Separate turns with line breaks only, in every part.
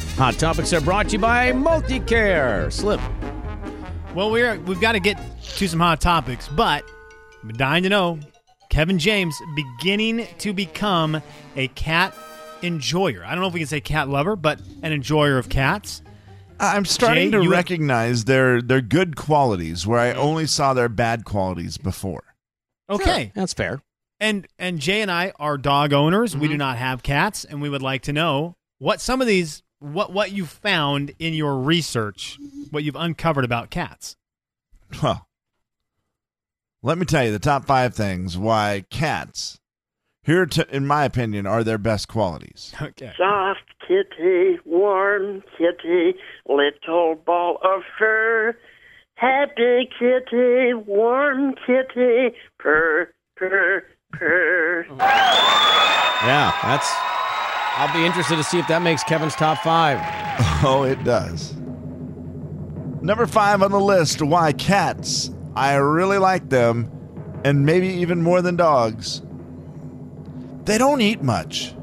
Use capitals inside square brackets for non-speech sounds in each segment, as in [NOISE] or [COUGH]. Hot topics are brought to you by MultiCare. Slip.
Well, we're we've got to get to some hot topics, but I'm dying to know. Kevin James beginning to become a cat enjoyer. I don't know if we can say cat lover, but an enjoyer of cats.
I'm starting
Jay,
to
you- Mm-hmm.
recognize their their good qualities where I only saw their bad qualities before.
Okay.
That's fair.
And and Jay and I are dog owners. We do not have cats, and we would like to know what some of these what what you found in your research, what you've uncovered about cats.
Well, let me tell you the top five things why cats, here to, in my opinion, are their best qualities.
Okay.
Soft kitty, warm kitty, little ball of fur. Happy kitty, warm kitty, purr, purr, purr.
Yeah, that's. I'll be interested to see if that makes Kevin's top five.
[LAUGHS] Oh, it does. Number five on the list why cats, I really like them, and maybe even more than dogs. They don't eat much.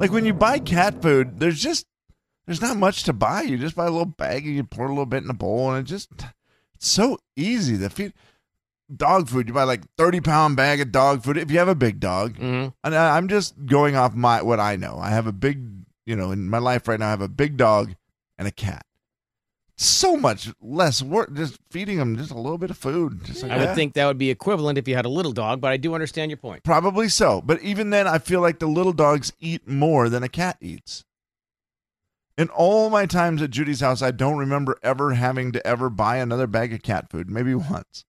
Like when you buy cat food, there's just there's not much to buy. You just buy a little bag and you pour a little bit in a bowl, and it just it's so easy to feed dog food. You buy like thirty pound bag of dog food if you have a big dog. And I, I'm just going off my what I know. I have a big, you know, in my life right now, I have a big dog and a cat. So much less work just feeding them just a little bit of food. Just like
I would
that.
think that would be equivalent if you had a little dog, but I do understand your point.
probably so. But even then, I feel like the little dogs eat more than a cat eats. In all my times at Judy's house, I don't remember ever having to ever buy another bag of cat food, maybe once.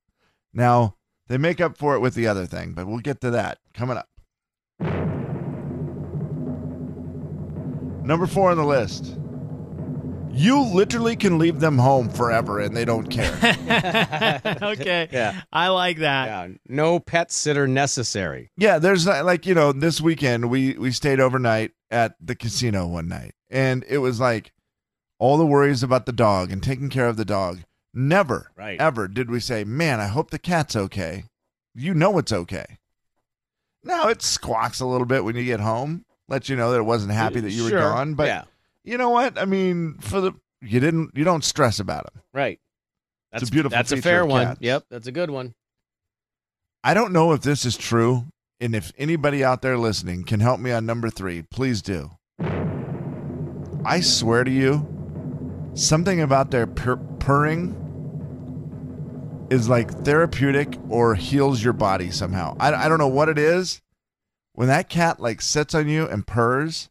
Now, they make up for it with the other thing, but we'll get to that coming up. Number four on the list. You literally can leave them home forever and they don't care.
okay.
Yeah.
I like that.
Yeah, no pet sitter necessary.
yeah, there's not- like, you know, this weekend we we stayed overnight at the casino one night and it was like all the worries about the dog and taking care of the dog. Never,
Right.
ever did we say, "Man, I hope the cat's okay." You know it's okay. Now it squawks a little bit when you get home, let you know that it wasn't happy that you
Sure,
were gone. But
yeah,
you know what? I mean, for the you didn't you don't stress about it.
right. That's
a beautiful
That's a
feature
fair
of
one.
cats.
Yep, that's a good one.
I don't know if this is true, and if anybody out there listening can help me on number three, please do. I swear to you, something about their pur- purring is like therapeutic or heals your body somehow. I, I don't know what it is. When that cat like sits on you and purrs,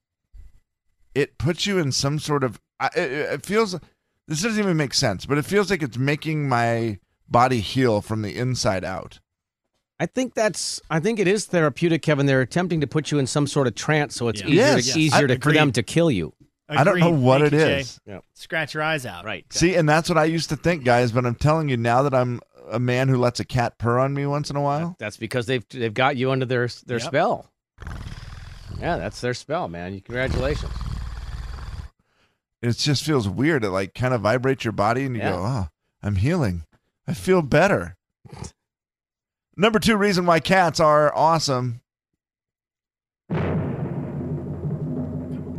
it puts you in some sort of. I- It, it it feels. This doesn't even make sense, but it feels like it's making my body heal from the inside out.
I think that's. I think it is therapeutic, Kevin. They're attempting to put you in some sort of trance, so it's
Yeah.
easier,
Yes.
to, easier to, for
Agreed.
them to kill you.
I don't know
Agreed.
what
Thank
it
you, Jay.
is.
Scratch your eyes out.
Right.
See, and that's what I used to think, guys. But I'm telling you now that I'm a man who lets a cat purr on me once in a while.
That's because they've they've got you under their their
Yep.
spell. Yeah, that's their spell, man. You- Congratulations.
It just feels weird. It like kind of vibrates your body, and you
Yeah.
go, "Oh, I'm healing. I feel better." Number two reason why cats are awesome: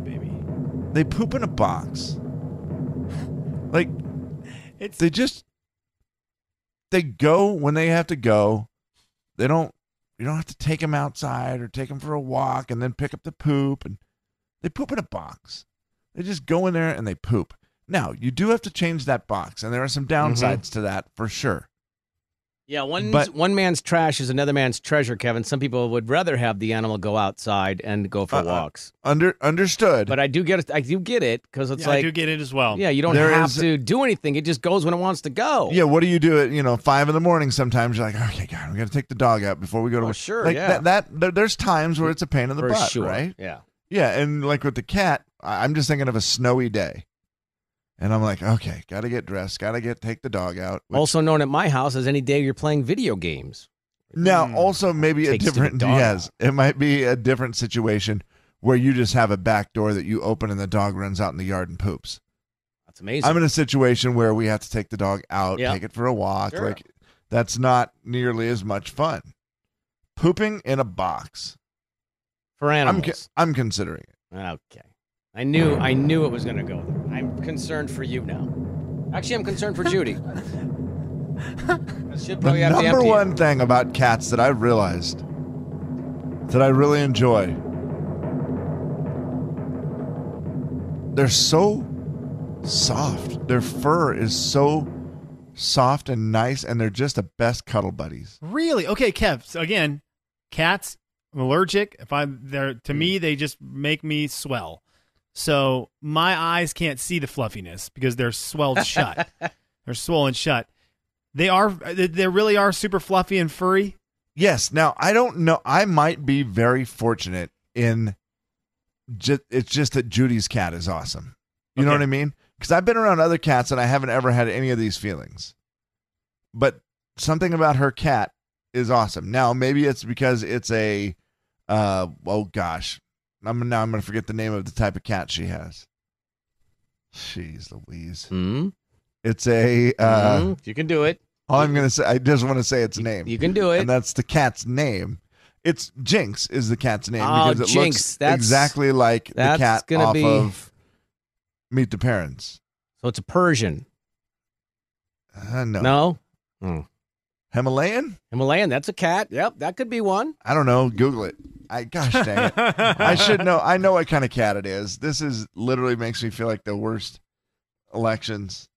Baby.
they poop in a box. Like
It's
they just they go when they have to go. They don't you don't have to take them outside or take them for a walk and then pick up the poop and they poop in a box. They just go in there and they poop. Now, you do have to change that box and there are some
Mm-hmm.
downsides to that for sure.
Yeah, one
But-
one man's trash is another man's treasure, Kevin. Some people would rather have the animal go outside and go for
Uh-uh.
walks.
Under understood.
But I do get it. I do get it because it's
yeah, I
like,
do get it as well.
yeah, you don't
There
have
is-
to do anything. It just goes when it wants to go.
yeah, what do you do at you know five in the morning? Sometimes you're like, okay, God, we got to take the dog out before we go to
Oh,
work."
sure,
Like
yeah.
that, that there, there's times where it's a pain in the
for
butt,
sure.
right?
Yeah,
Yeah, and like with the cat, I- I'm just thinking of a snowy day, and I'm like, okay, gotta get dressed, gotta get take the dog out. Which-
also known at my house as any day you're playing video games.
now, also maybe a
mm. Takes the
different [LAUGHS]
dog
yes, it might be a different situation where you just have a back door that you open and the dog runs out in the yard and poops.
That's amazing.
I'm in a situation where we have to take the dog out,
Yeah.
take it for a walk.
Sure.
Like that's not nearly as much fun. Pooping in a box.
for
I'm
animals.
con- I'm considering it.
okay. I knew I knew it was gonna go there. I'm concerned for you now. Actually, I'm concerned for Judy. I should
The
probably have to
number
empty it.
one thing about cats that I've realized that I really enjoy they're so soft. Their fur is so soft and nice, and they're just the best cuddle buddies.
Really? Okay, Kev. So again, cats. I'm allergic. If I'm there, to me, they just make me swell. So my eyes can't see the fluffiness because they're swelled shut. they're swollen shut. They are. They they really are super fluffy and furry.
Yes. Now I don't know. I might be very fortunate in. Just, it's just that Judy's cat is awesome. You know
Okay.
what I mean? Because I've been around other cats and I haven't ever had any of these feelings. But something about her cat is awesome. Now maybe it's because it's a, uh, oh gosh, I'm now I'm gonna forget the name of the type of cat she has. She's Louise.
Hmm?
It's a. Uh,
Hmm? You can do it.
All I'm gonna say, I just want to say its name
You can do it.
and that's the cat's name. It's Jinx is the cat's name
Oh,
because it
Jinx,
looks
that's-
exactly like the
that's
cat
gonna
off
be-
of Meet the Parents.
So it's a Persian.
Uh, no.
No?
Himalayan?
Himalayan, that's a cat. Yep, that could be one.
I don't know. Google it. I gosh dang it.
[LAUGHS]
I should know. I know what kind of cat it is. This is literally makes me feel like the worst elections.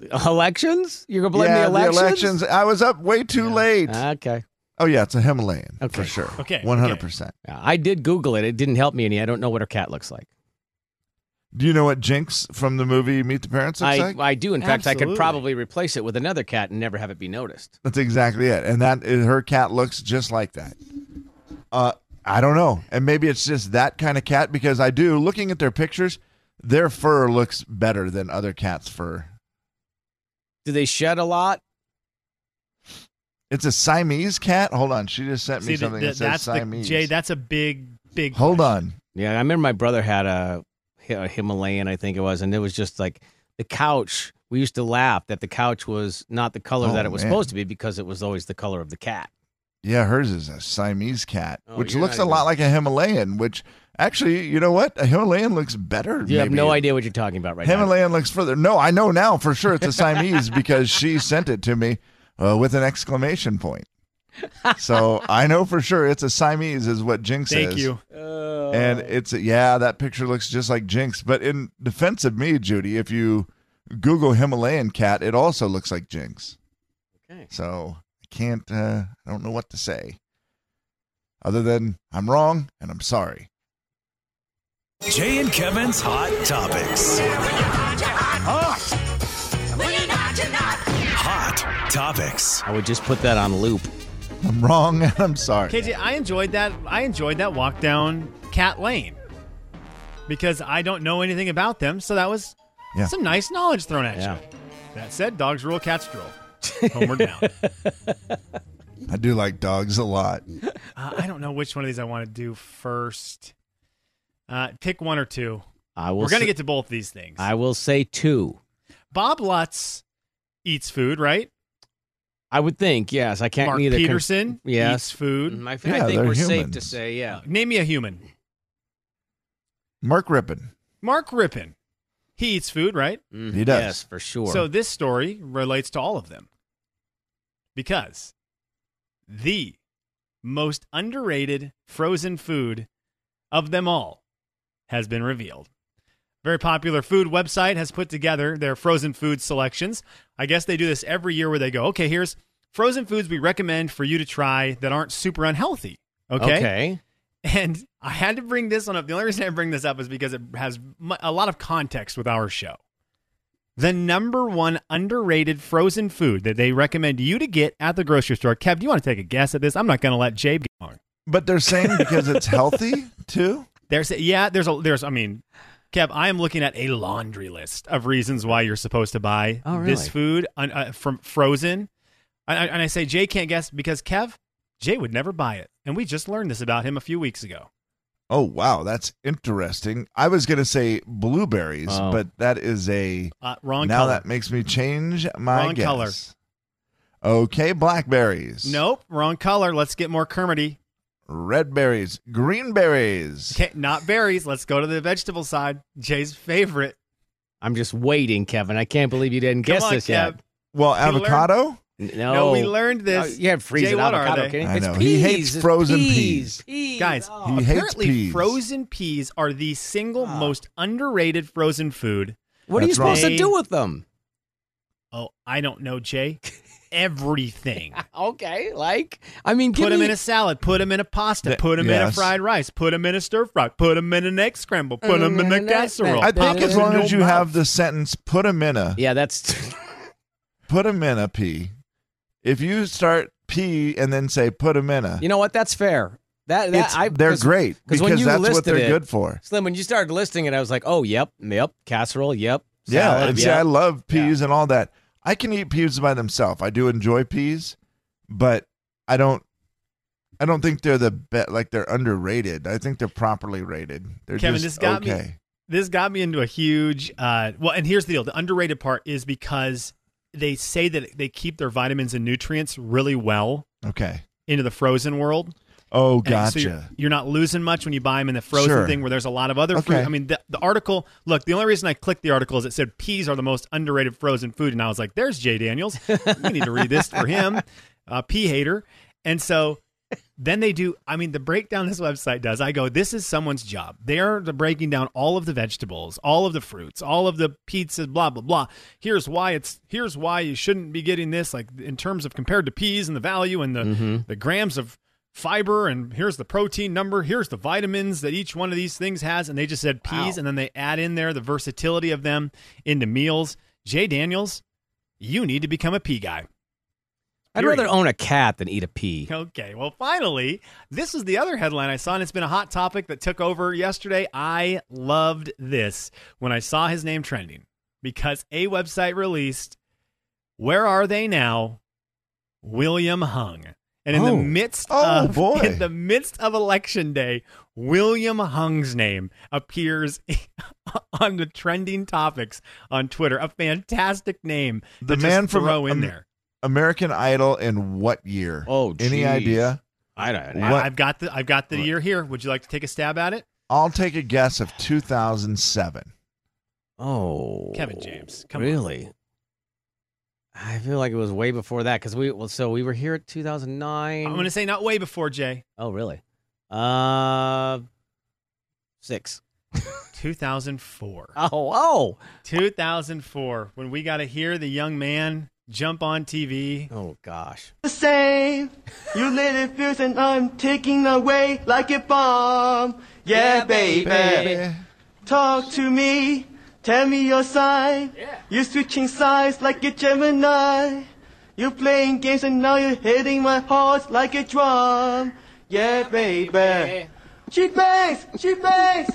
Elections? You're gonna blame
yeah,
the elections?
elections. I was up way too
Yeah.
late.
Okay.
oh yeah, it's a Himalayan
Okay.
for sure.
Okay,
one hundred percent.
Yeah, I did Google it. It didn't help me any. I don't know what her cat looks like.
Do you know what Jinx from the movie Meet the Parents
I,
looks like?
I do. In fact, I could
Absolutely.
probably replace it with another cat and never have it be noticed.
That's exactly it. And that is, her cat looks just like that. Uh, I don't know. And maybe it's just that kind of cat because I do looking at their pictures, their fur looks better than other cats' fur.
Do they shed a lot?
It's a Siamese cat. Hold on, she just sent me
See, th-
something
th-
that says
that's the,
Siamese.
Jay. That's a big, big.
Hold on.
Yeah, I remember my brother had a, Hi- a Himalayan, I think it was, and it was just like the couch. We used to laugh that the couch was not the color
Oh,
that it was
man.
supposed to be because it was always the color of the cat.
Yeah, hers is a Siamese cat,
Oh,
which
you're
looks a
not
lot
even-
like a Himalayan. Which actually, you know what? A Himalayan looks better.
You have
maybe.
no idea what you're talking about right now.
Himalayan looks further. No, I know now for sure it's a Siamese because she sent it to me uh, with an exclamation point. So I know for sure it's a Siamese, is what Jinx
Thank
is.
you.
Uh,
And it's yeah, that picture looks just like Jinx. But in defense of me, Judy, if you Google Himalayan cat, it also looks like Jinx.
Okay.
So I can't. Uh, I don't know what to say. Other than I'm wrong and I'm sorry.
Jay and Kevin's Hot Topics. Hot Topics.
I would just put that on loop.
I'm wrong and I'm sorry.
KJ, I enjoyed that. I enjoyed that walk down Cat Lane because I don't know anything about them. So that was
Yeah.
some nice knowledge thrown at
Yeah.
you. That said, dogs rule, cats drool.
[LAUGHS]
Homeward bound. Uh,
I do like dogs a lot.
Uh, I don't know which one of these I want to do first. Uh, pick one or two.
I will.
We're gonna
s-
get to both these things.
I will say two.
Bob Lutz eats food, right?
I would think yes. I can't
Mark
neither. con-
Peterson eats
yes. Mm-hmm.
food.
Mm, I, I
Yeah,
think
they're
we're safe to
humans.
say yeah.
Name me a human.
Mark Rippon.
Mark Rippon. He eats food, right?
Mm,
He does.
Yes, for sure.
So this story relates to all of them because the most underrated frozen food of them all has been revealed. Very popular food website has put together their frozen food selections. I guess they do this every year where they go, okay, here's frozen foods we recommend for you to try that aren't super unhealthy. Okay.
okay.
And I had to bring this one up. The only reason I bring this up is because it has mu- a lot of context with our show. The number one underrated frozen food that they recommend you to get at the grocery store. Kev, do you want to take a guess at this? I'm not going to let Jabe get on.
But they're saying because it's healthy too.
There's yeah, there's a there's I mean, Kev, I am looking at a laundry list of reasons why you're supposed to buy
Oh,
this
really?
food un, uh, from frozen. And I, and I say Jay can't guess because Kev, Jay would never buy it, and we just learned this about him a few weeks ago.
Oh wow, that's interesting. I was gonna say blueberries,
Oh.
but that is a
Uh, wrong
now
color.
that makes me change my
Wrong
guess.
color.
Okay, blackberries.
Nope, wrong color. Let's get more Kermity.
red berries, green berries.
Okay, not berries. Let's go to the vegetable side. Jay's favorite.
I'm just waiting, Kevin. I can't believe you didn't guess
Come on,
this
Kev.
Well,
You learn-
avocado.
yet. No,
No, we learned
No,
this.
you had freezing
Jay, what are
avocado.
they?
kidding?
I
It's
know.
peas.
He hates
It's
frozen
peas. peas.
Guys,
Oh,
He hates
Apparently,
peas.
frozen peas are the single
Ah.
most underrated frozen food.
what are you
That's wrong.
supposed to do with them?
Oh, I don't know, Jay. Everything.
Okay, like I mean,
Put
give
them
me,
in a salad. Put them in a pasta.
Th-
Put them in a
yes.
fried rice. Put them in a stir fry. Put them in an egg scramble. Put
Put
them
'em
in a
in a-
casserole.
I
I
That
think as
is
long
in
as
your
you
mouth.
have the sentence, put them in a,
yeah, that's
put them in a pea. If you start pea and then say put them in a,
you know what? That's fair. That, that
it's,
I,
they're
'cause
great
'cause
because
when you
that's what
listed
they're
it-
good for.
Slim, when you started listing it, I was like, oh, yep, yep, casserole, yep,
Yeah,
salad,
and see,
yep.
I love peas and all that. I can eat peas by themselves. I do enjoy peas, but I don't. I don't think they're the bet. Like they're underrated. I think they're properly rated. They're
Kevin,
just
this got me-
okay.
this got me into a huge uh well and here's the deal the underrated part is because they say that they keep their vitamins and nutrients really well
Okay.
into the frozen world
Oh,
And
gotcha.
so you're, you're not losing much when you buy them in the frozen
Sure.
thing where there's a lot of other fruit
Okay.
i mean the, the article look the only reason i clicked the article is it said peas are the most underrated frozen food and i was like there's jay daniels we need to read this for
[LAUGHS]
him uh, pea hater and so then they do i mean the breakdown this website does i go this is someone's job they're the breaking down all of the vegetables all of the fruits all of the pizzas blah blah blah here's why it's here's why you shouldn't be getting this like in terms of compared to peas and the value and the
Mm-hmm.
the grams of fiber and here's the protein number here's the vitamins that each one of these things has and they just said peas and then they add in there the versatility of them into meals jay daniels you need to become a pea guy
I'd
period.
rather own a cat than eat a pea.
Okay, well, finally, this is the other headline I saw, and it's been a hot topic that took over yesterday. I loved this when I saw his name trending because a website released Where Are They Now? William Hung. And in
Oh.
the midst
Oh,
of [LAUGHS]
boy.
in the midst of election day, William Hung's name appears [LAUGHS] on the trending topics on Twitter. A fantastic name.
The
to
man
just
from,
throw in
um,
there.
American Idol in what year?
Oh,
any
geez.
idea?
I don't
I-
know.
What-
I've got the I've got the year here. Would you like to take a stab at it?
I'll take a guess of 2007.
Oh,
Kevin James, come on.
really? I feel like it was way before that because we well, so we were here at 2009.
I'm going to say not way before Jay.
oh, really? Uh, six. [LAUGHS]
2004.
Oh, oh,
2004 when we got to hear the young man jump on TV.
oh, gosh.
the same. You little fears and I'm taking away like a bomb. Yeah, baby. Talk to me. Tell me your sign. You're switching sides like a Gemini. You're playing games and now you're hitting my heart like a drum. Yeah, baby. She bangs, she bangs.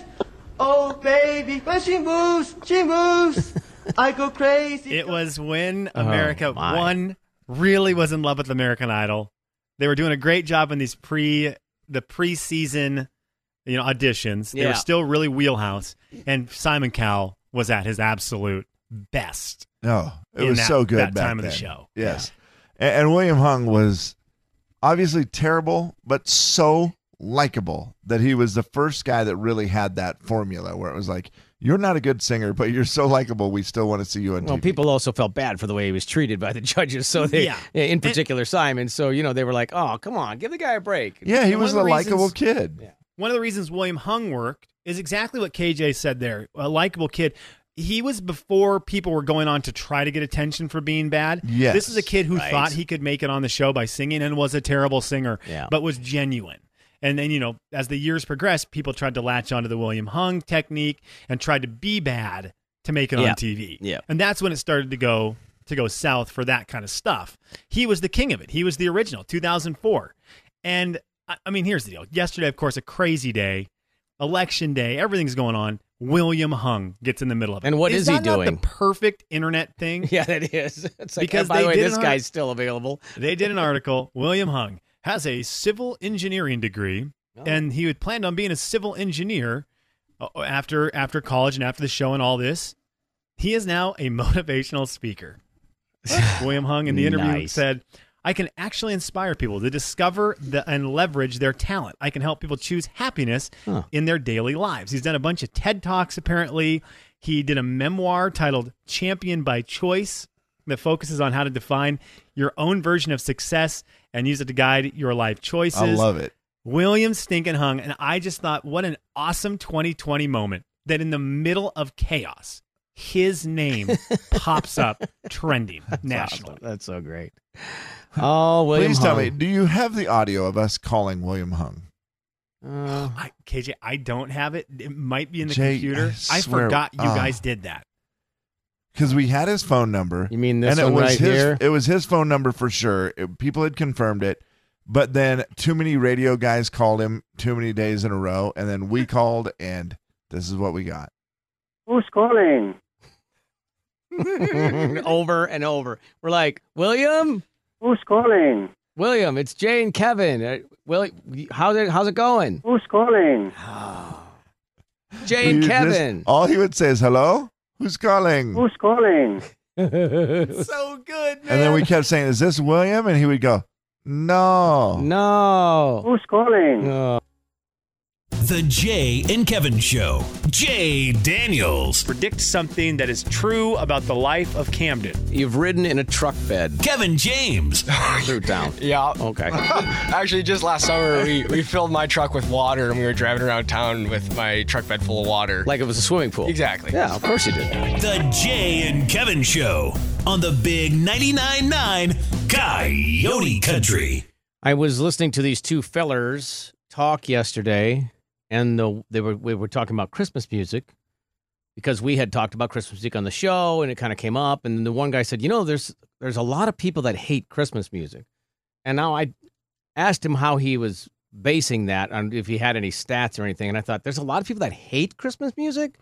Oh, baby, when she moves, she moves. I go crazy.
It was when America
my.
one really was in love with American Idol. They were doing a great job in these pre the preseason you know auditions. They
Yeah.
were still really wheelhouse and Simon Cowell was at his absolute best.
No, Oh, it
In
was
that-
so good
that
back
time of the
then.
show.
Yes, A- and, William Hung was obviously terrible, but so likable that he was the first guy that really had that formula where it was like, "You're not a good singer, but you're so likable, we still want to see you on
Well,
TV."
people also felt bad for the way he was treated by the [LAUGHS] judges. So they,
Yeah.
in particular, Simon. So you know they were like, "Oh, come on, give the guy a break."
yeah, he
and
was
one
the
of the
likable
reasons-
kid.
one of the reasons William Hung worked is exactly what KJ said there. A likable kid. He was before people were going on to try to get attention for being bad.
Yes.
This is a kid who
Right.
thought he could make it on the show by singing and was a terrible singer,
Yeah.
but was genuine. And then, you know, as the years progressed, people tried to latch onto the William Hung technique and tried to be bad to make it
Yeah.
on TV.
Yeah.
And that's when it started to go to go south for that kind of stuff. He was the king of it. He was the original, 2004. And I, I mean, here's the deal. Yesterday, of course, a crazy day, election day, everything's going on. William Hung gets in the middle of it.
And what
is
is he
that not
doing?
the perfect internet thing?
[LAUGHS] Yeah, that is. It's like, because
Because
by
they
the way,
didn't
this
have-
guy's still available.
They did an article. William Hung has a civil engineering degree, and he had planned on being a civil engineer uh, after after college and after the show and all this. He is now a motivational speaker. William Hung in the interview
Nice.
said, I can actually inspire people to discover the, and leverage their talent. I can help people choose happiness in their daily lives. He's done a bunch of TED Talks, apparently. He did a memoir titled Champion by Choice that focuses on how to define your own version of success and use it to guide your life choices.
I love it.
William Stinkin hung, and I just thought, what an awesome 2020 moment that in the middle of chaos, his
[LAUGHS]
name pops up trending nationally.
Oh, That's so great. Oh, William
Please tell me,
Hung.
do you have the audio of us calling William Hung?
Uh,
I, KJ, I don't have it. It might be in the
Jay,
computer.
I
I,
swear,
forgot you
ah.
guys did that.
Because we had his phone number.
You mean this
and it
one
was
right
his,
here? [LAUGHS]
It was his phone number for sure. It- people had confirmed it, but then too many radio guys called him too many days in a row, and then we called, and this is what we got.
Who's calling?
over and over. We're like, William,
Who's calling?
William, it's Jay and Kevin. Uh, Will, how's it, how's it going?
Who's calling?
Jay and
You just-
Kevin.
all he would say is hello. Who's calling?
Who's calling?
So good, man.
and then we kept saying, "Is this William?" And he would go, "No."
no.
Who's calling?
No.
The Jay and Kevin Show. Jay Daniels.
predict something that is true about the life of Camden.
You've ridden in a truck bed
Kevin James.
through town.
Yeah.
Okay.
Actually, just last summer, we, we filled my truck with water and we were driving around town with my truck bed full of water.
Like it was a swimming pool.
Exactly.
Yeah, of course you did.
The Jay and Kevin Show on the Big 99.9 9 Coyote Country.
I was listening to these two fellers talk yesterday, and the, they were we were talking about Christmas music because we had talked about Christmas music on the show, and it kind of came up. And the one guy said, "You know, there's there's a lot of people that hate Christmas music," and now I asked him how he was basing that on if he had any stats or anything, and I thought there's a lot of people that hate Christmas music.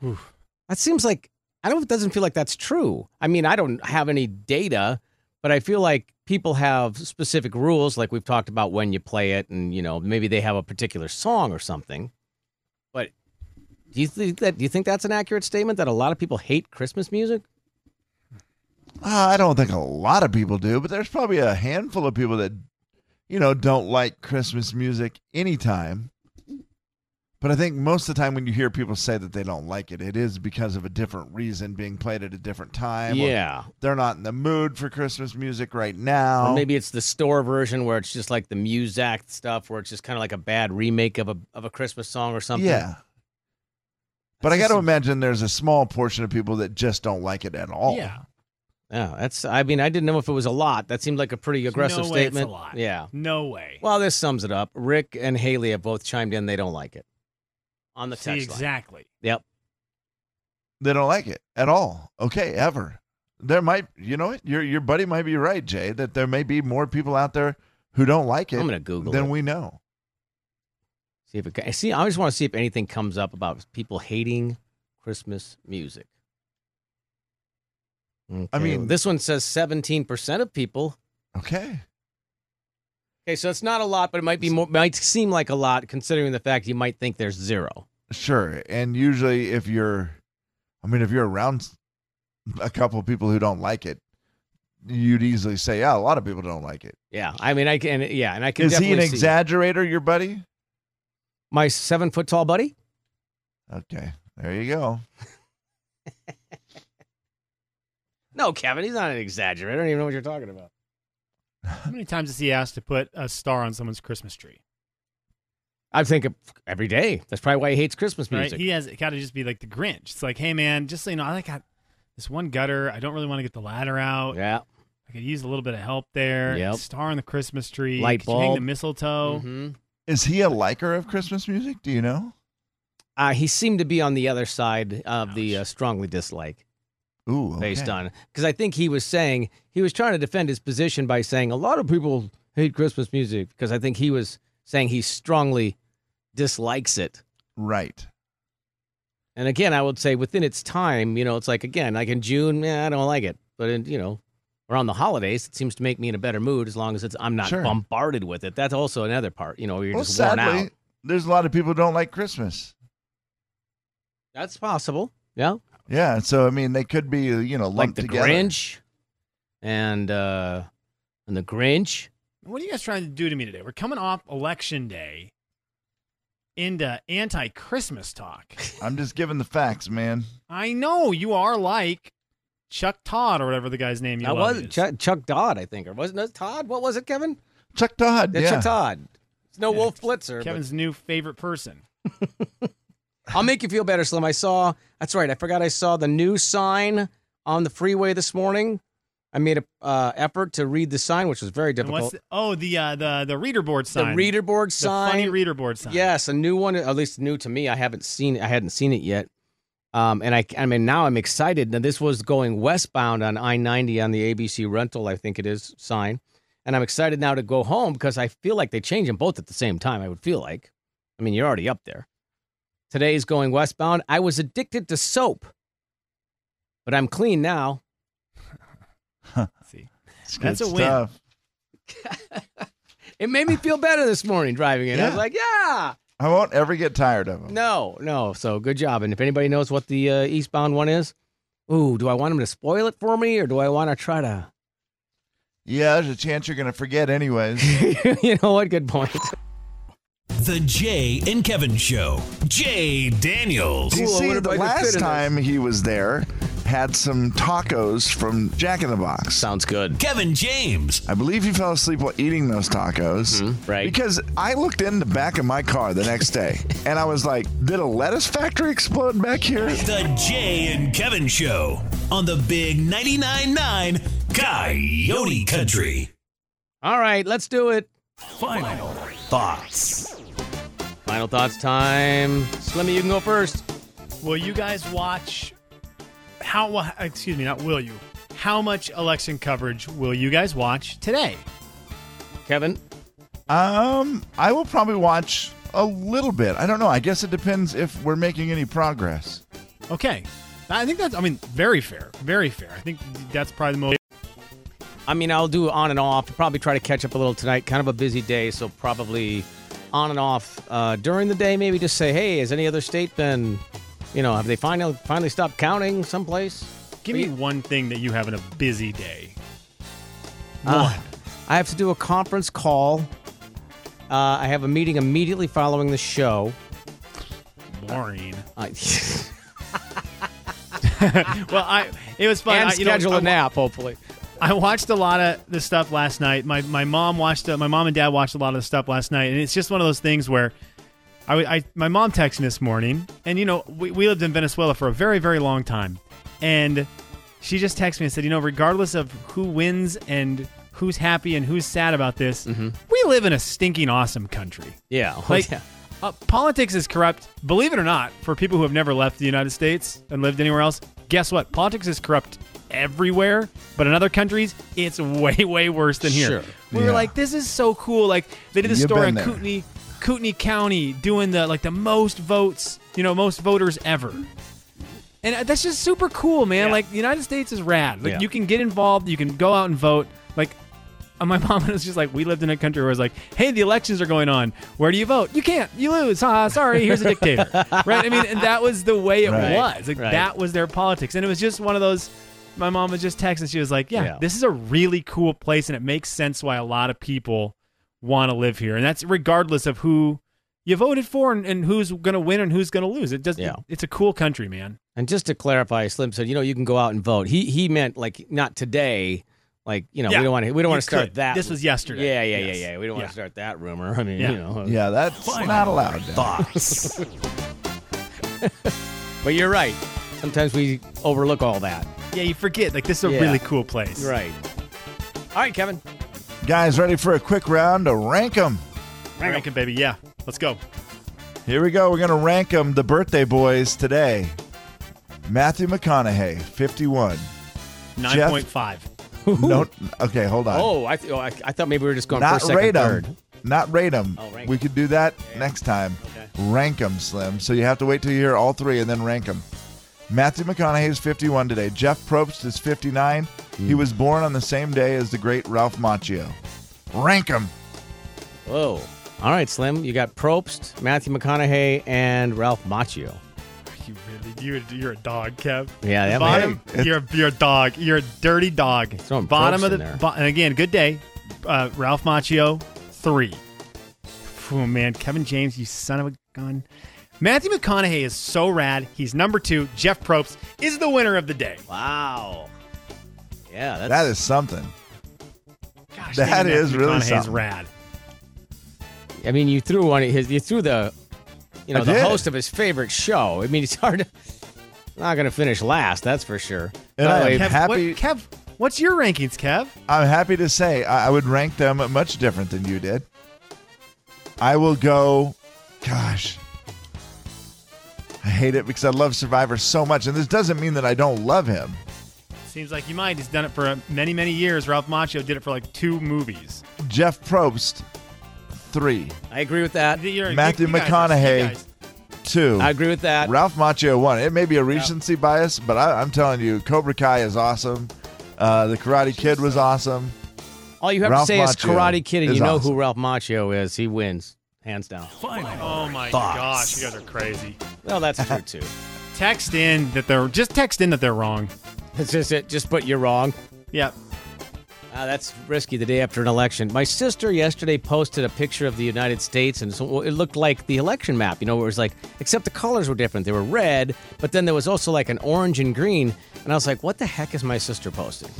That seems like I don't. It doesn't feel like that's true. I mean, I don't have any data, but I feel like people have specific rules, like we've talked about when you play it, and you know maybe they have a particular song or something. But do you think that? Do you think that's an accurate statement that a lot of people hate Christmas music?
Uh, I don't think a lot of people do, but there's probably a handful of people that, you know, don't like Christmas music anytime. But I think most of the time when you hear people say that they don't like it, it is because of a different reason being played at a different time. or
yeah,
they're not in the mood for Christmas music right now.
or maybe it's the store version where it's just like the Muzak stuff, where it's just kind of like a bad remake of a of a Christmas song or something.
Yeah. But I
That's
got to
just-
imagine there's a small portion of people that just don't like it at all.
Yeah.
yeah. That's. I mean, I didn't know if it was a lot. That seemed like a pretty aggressive
no way it's a
statement.
lot.
Yeah.
No way.
Well, this sums it up. Rick and Haley have both chimed in. They don't like it on the
See,
text line.
exactly.
Yep.
They don't like it at all. Okay, ever. There might, you know what? Your your buddy might be right, Jay, that there may be more people out there who don't like it
I'm gonna Google
than
it.
we know.
See if it. ca- See, I just want to see if anything comes up about people hating Christmas music. Okay,
mean-
this one says 17% of people.
Okay.
Okay, so it's not a lot, but it might be more. Might seem like a lot considering the fact you might think there's zero.
Sure. And usually if you're I mean if you're around s- a couple of people who don't like it, you'd easily say, "Yeah, a lot of people don't like it."
Yeah, I mean, I can. Yeah, and I can.
Is he an
definitely see-
exaggerator, your buddy?
My seven foot tall buddy.
Okay. There you go.
No, Kevin, he's not an exaggerator. I don't even know what you're talking about.
How many times is he asked to put a star on someone's Christmas tree?
I think of every day. That's probably why he hates Christmas
Right?
music.
He has got to just be like the Grinch. It's like, hey man, just so you know, I got this one gutter. I don't really want to get the ladder out.
yeah.
I could use a little bit of help there.
Yep.
Star on the Christmas tree.
Light
Could you hang the
bulb.
mistletoe.
Mhm.
Is he a liker of Christmas music? Do you know?
Uh, he seemed to be on the other side of the uh, strongly dislike
Ooh, okay.
based on because I think he was saying he was trying to defend his position by saying a lot of people hate Christmas music because I think he was saying he strongly dislikes it.
right.
And again, I would say within its time, you know, it's like again, like in June, eh, I don't like it, but in, you know, around the holidays, it seems to make me in a better mood as long as it's I'm not
Sure.
bombarded with it. That's also another part, you know, you're
well,
just worn out.
sadly, there's a lot of people who don't like Christmas.
That's possible. Yeah.
Yeah, so I mean, they could be you know
like
lumped
the
together.
Grinch and uh and the Grinch
What are you guys trying to do to me today? We're coming off election day into anti
[LAUGHS]
Christmas talk.
I'm just giving the facts, man.
I know you are like Chuck Todd or whatever the guy's name you
I
love
was
is.
Chuck, Chuck Dodd, I think, or wasn't it Todd? What was it, Kevin?
Chuck Todd.
Yeah,
Yeah.
Chuck Todd. It's no Wolf Blitzer. but-
Kevin's new favorite person.
I'll make you feel better, Slim. I saw. That's right. I forgot. I saw the new sign on the freeway this morning. I made a uh, effort to read the sign, which was very
And what's
difficult.
the, oh the uh, the the reader board
The,
sign.
reader board
the funny
sign.
reader board sign.
Yes, a new one, at least new to me. I haven't seen it. I hadn't seen it yet. Um, and I, I mean, now I'm excited. Now this was going westbound on I-90 on the ABC rental, I think it is sign, and I'm excited now to go home because I feel like they change them both at the same time. I would feel like, I mean, you're already up there. Today's going westbound. I was addicted to soap, but I'm clean now.
See.
It's good
That's a win.
stuff.
It made me feel better this morning driving it. I was
Yeah.
like, yeah,
I won't ever get tired of them.
No, no. So good job. And if anybody knows what the uh, eastbound one is, ooh, do I want them to spoil it for me, or do I want to try to? [LAUGHS]
Yeah, there's a chance you're gonna
[LAUGHS]
forget anyways.
you know what? Good point.
The Jay and Kevin Show. Jay Daniels.
you
Cool, I
see,
wonder if
the
I could fit in
last
this.
time he was there, had some tacos from Jack in the
[LAUGHS]
Box.
Sounds good.
Kevin James.
I believe he fell asleep while eating those tacos.
Mm-hmm. right.
Because I looked in the back of my car the next day and I was like, did a lettuce factory explode back here?
The Jay and Kevin Show on the Big 99.9 9 Coyote Country.
All right, let's do it.
Final thoughts.
Final thoughts time. Slimmy, you can go first.
Will you guys watch? How? wha- Excuse me. Not will you? How much election coverage will you guys watch today?
Kevin,
Um, I will probably watch a little bit. I don't know. I guess it depends if we're making any progress.
Okay. I think that's. I mean, very fair. Very fair. I think that's probably the most.
I mean, I'll do on and off. Probably try to catch up a little tonight. Kind of a busy day, so probably on and off uh, during the day. Maybe just say, hey, has any other state been? You know, have they finally finally stopped counting someplace?
Give me one thing that you have in a busy day.
Uh, I have to do a conference call. Uh, I have a meeting immediately following the show.
Boring.
I, [LAUGHS]
well, I. It was fun.
and
I, you know,
schedule
I
a nap, hopefully.
I watched a lot of the stuff last night. My my mom watched uh, my mom and dad watched a lot of the stuff last night, and it's just one of those things where I, w- I- my mom texted me this morning, and you know we, we lived in Venezuela for a very very long time, and she just texted me and said, you know, regardless of who wins and who's happy and who's sad about this, we live in a stinking awesome country.
[LAUGHS] Yeah.
Like,
Oh, yeah.
uh, politics is corrupt. Believe it or not, for people who have never left the United States and lived anywhere else, guess what? Politics is corrupt everywhere, but in other countries, it's [LAUGHS] way, way worse than here.
Sure.
We were
Yeah.
like, this is so cool. Like, they did a
You've
story in
been there.
Kootenai, Kootenai County doing the, like, the most votes, you know, most voters ever. And uh, that's just super cool, man.
Yeah.
Like, the United States is rad. Like,
Yeah.
you can get involved, you can go out and vote. Like, and my [LAUGHS] mom was just like, we lived in a country where it's like, hey, the elections are going on. Where do you vote? You can't. You lose. Ha, sorry. Here's a
[LAUGHS]
dictator. right? I mean, and that was the way it
Right,
was. Like
right.
that was their politics, and it was just one of those. My mom was just texting. She was like, yeah,
Yeah.
this is a really cool place, and it makes sense why a lot of people want to live here, and that's regardless of who you voted for and, and who's going to win and who's going to lose. It does.
Yeah.
It's a cool country, man.
And just to clarify, Slim said, you know, you can go out and vote. He he meant like not today. Like you know,
Yeah.
we don't want to we don't
You
want to start
could.
that.
This was yesterday.
Yeah, yeah,
Yes.
yeah, yeah. We don't want
Yeah.
to start that rumor. [LAUGHS] I mean,
Yeah.
you know.
Yeah, that's not allowed. down
Thoughts.
But you're right. Sometimes we overlook all that.
Yeah, you forget like this is a
Yeah.
really cool place.
Right. All right, Kevin.
there. Guys, ready for a quick round to rank them.
Rankin, baby. Yeah, let's go.
Here we go. We're going to rank them, the birthday boys, today. Matthew McConaughey, 51.
Nine point five.
No, okay, hold on.
Oh, I, th- oh I, I thought maybe we were just going
Not
first, second,
rate
third.
them. Not rate them.
Oh, rank
we
'em.
could do that next time. Rank them, Slim. So you have to wait till you hear all three and then rank them. Matthew McConaughey is 51 today. Jeff Probst is 59. He
Hmm.
was born on the same day as the great Ralph Macchio. Rank them.
Whoa. All right, Slim. You got Probst, Matthew McConaughey, and Ralph Macchio.
You really, you're, you're a dog, Kev.
Yeah, that
bottom.
Hey, it-
you're you're a dog. You're a dirty dog.
Throwing
bottom
probes
of the
in there.
bo- and again, good day. uh, Ralph Macchio, three. Oh man, Kevin James, you son of a gun. Matthew McConaughey is so rad. He's number two. Jeff Probst is the winner of the day.
Wow. Yeah, that's,
That is something.
Gosh,
That
thinking
is
Matthew
really
McConaughey's
something.
rad.
I mean, you threw one. of His, you threw the, you know,
I
the
did.
host of his favorite show. I mean, it's hard. to Not going to finish last, that's for sure.
And
By the
I
way,
am
Kev, what-
happy-
Kev, what's your rankings, Kev?
I'm happy to say I, I would rank them much different than you did. I will go, gosh, I hate it because I love Survivor so much, and this doesn't mean that I don't love him.
Seems like you might. He's done it for uh, many, many years. Ralph Macchio did it for like two movies.
Jeff Probst, three,
I agree with that.
You're- you-
Matthew
you guys are- you
McConaughey.
guys-
two.
I agree with that.
Ralph Macchio won. It may be a recency bias, but I, I'm telling you, Cobra Kai is awesome. Uh, the Karate Kid was awesome.
All you have to
Ralph
say is
Macchio
Karate Kid, and
is
you know
awesome.
who Ralph Macchio is. He wins, hands down.
Final.
Oh my
Thoughts.
gosh, you guys are crazy.
Well, that's true
[LAUGHS]
too.
Text in that they're just text in that they're wrong.
That's just it. Just put you're wrong.
Yeah,
Ah, that's risky the day after an election. My sister yesterday posted a picture of the United States, and so it looked like the election map. You know, where it was like, except the colors were different. They were red, but then there was also like an orange and green. And I was like, what the heck is my sister posting?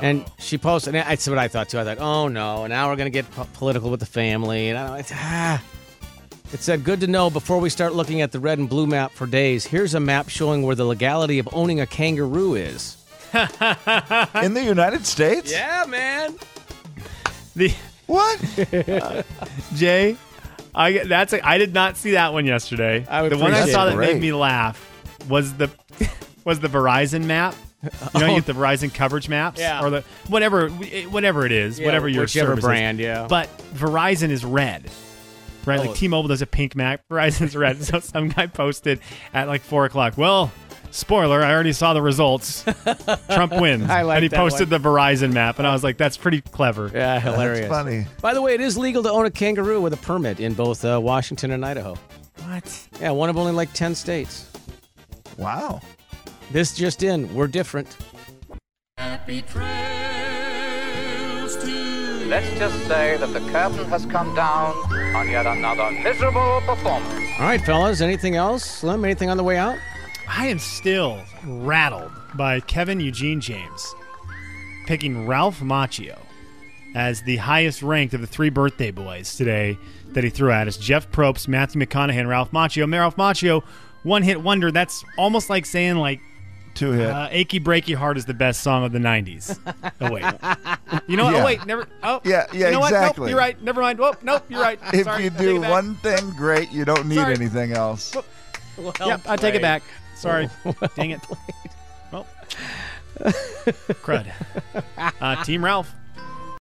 And she posted, and that's what I thought too. I thought, oh no, now we're going to get po- political with the family. And I don't, it's, ah. It said, good to know before we start looking at the red and blue map for days, here's a map showing where the legality of owning a kangaroo is.
In the United States?
Yeah, man.
the
[LAUGHS]
What?
Jay, I that's a, I did not see that one yesterday.
I would
the one I
appreciate
saw
it.
that
Great.
made me laugh was the was the Verizon map.
[LAUGHS]
You know, you get the Verizon coverage maps,
Oh. Yeah.
or the whatever whatever it is,
Yeah,
whatever your
whichever
service is.
brand, yeah.
But Verizon is red. Right,
Oh.
like T-Mobile does a pink map. [LAUGHS] Verizon's red. so some guy posted at like four o'clock. Well, spoiler, I already saw the
[LAUGHS]
results. Trump wins,
I like
and he
that
posted the Verizon map, and I was like, "That's pretty clever."
Yeah, hilarious.
That's funny.
By the way, it is legal to own a kangaroo with a permit in both uh, Washington and Idaho.
What?
Yeah, one of only like 10 states.
Wow.
This just in, we're different.
Let's just say that the curtain has come down on yet another miserable performance.
All right, fellas, anything else? Slim, anything on the way out?
I am still rattled by Kevin Eugene James picking Ralph Macchio as the highest ranked of the three birthday boys today that he threw at us. Jeff Probst, Matthew McConaughey, and Ralph Macchio. Ralph Macchio, one hit wonder. That's almost like saying like
Two hit.
uh, "Achy Breaky Heart" is the best song of the
[LAUGHS]
'90s. Oh wait, you know what?
Yeah.
Oh wait, never. Oh
Yeah, yeah,
You know What? Nope,
exactly.
you're right. Never mind. Whoop. Nope. You're right.
if
Sorry, I
you
take
do
it back.
one thing great, you don't need
Sorry.
anything else.
Well,
Yep, I take it
played.
back. Sorry. Dang it. Well, crud. Uh, Team Ralph.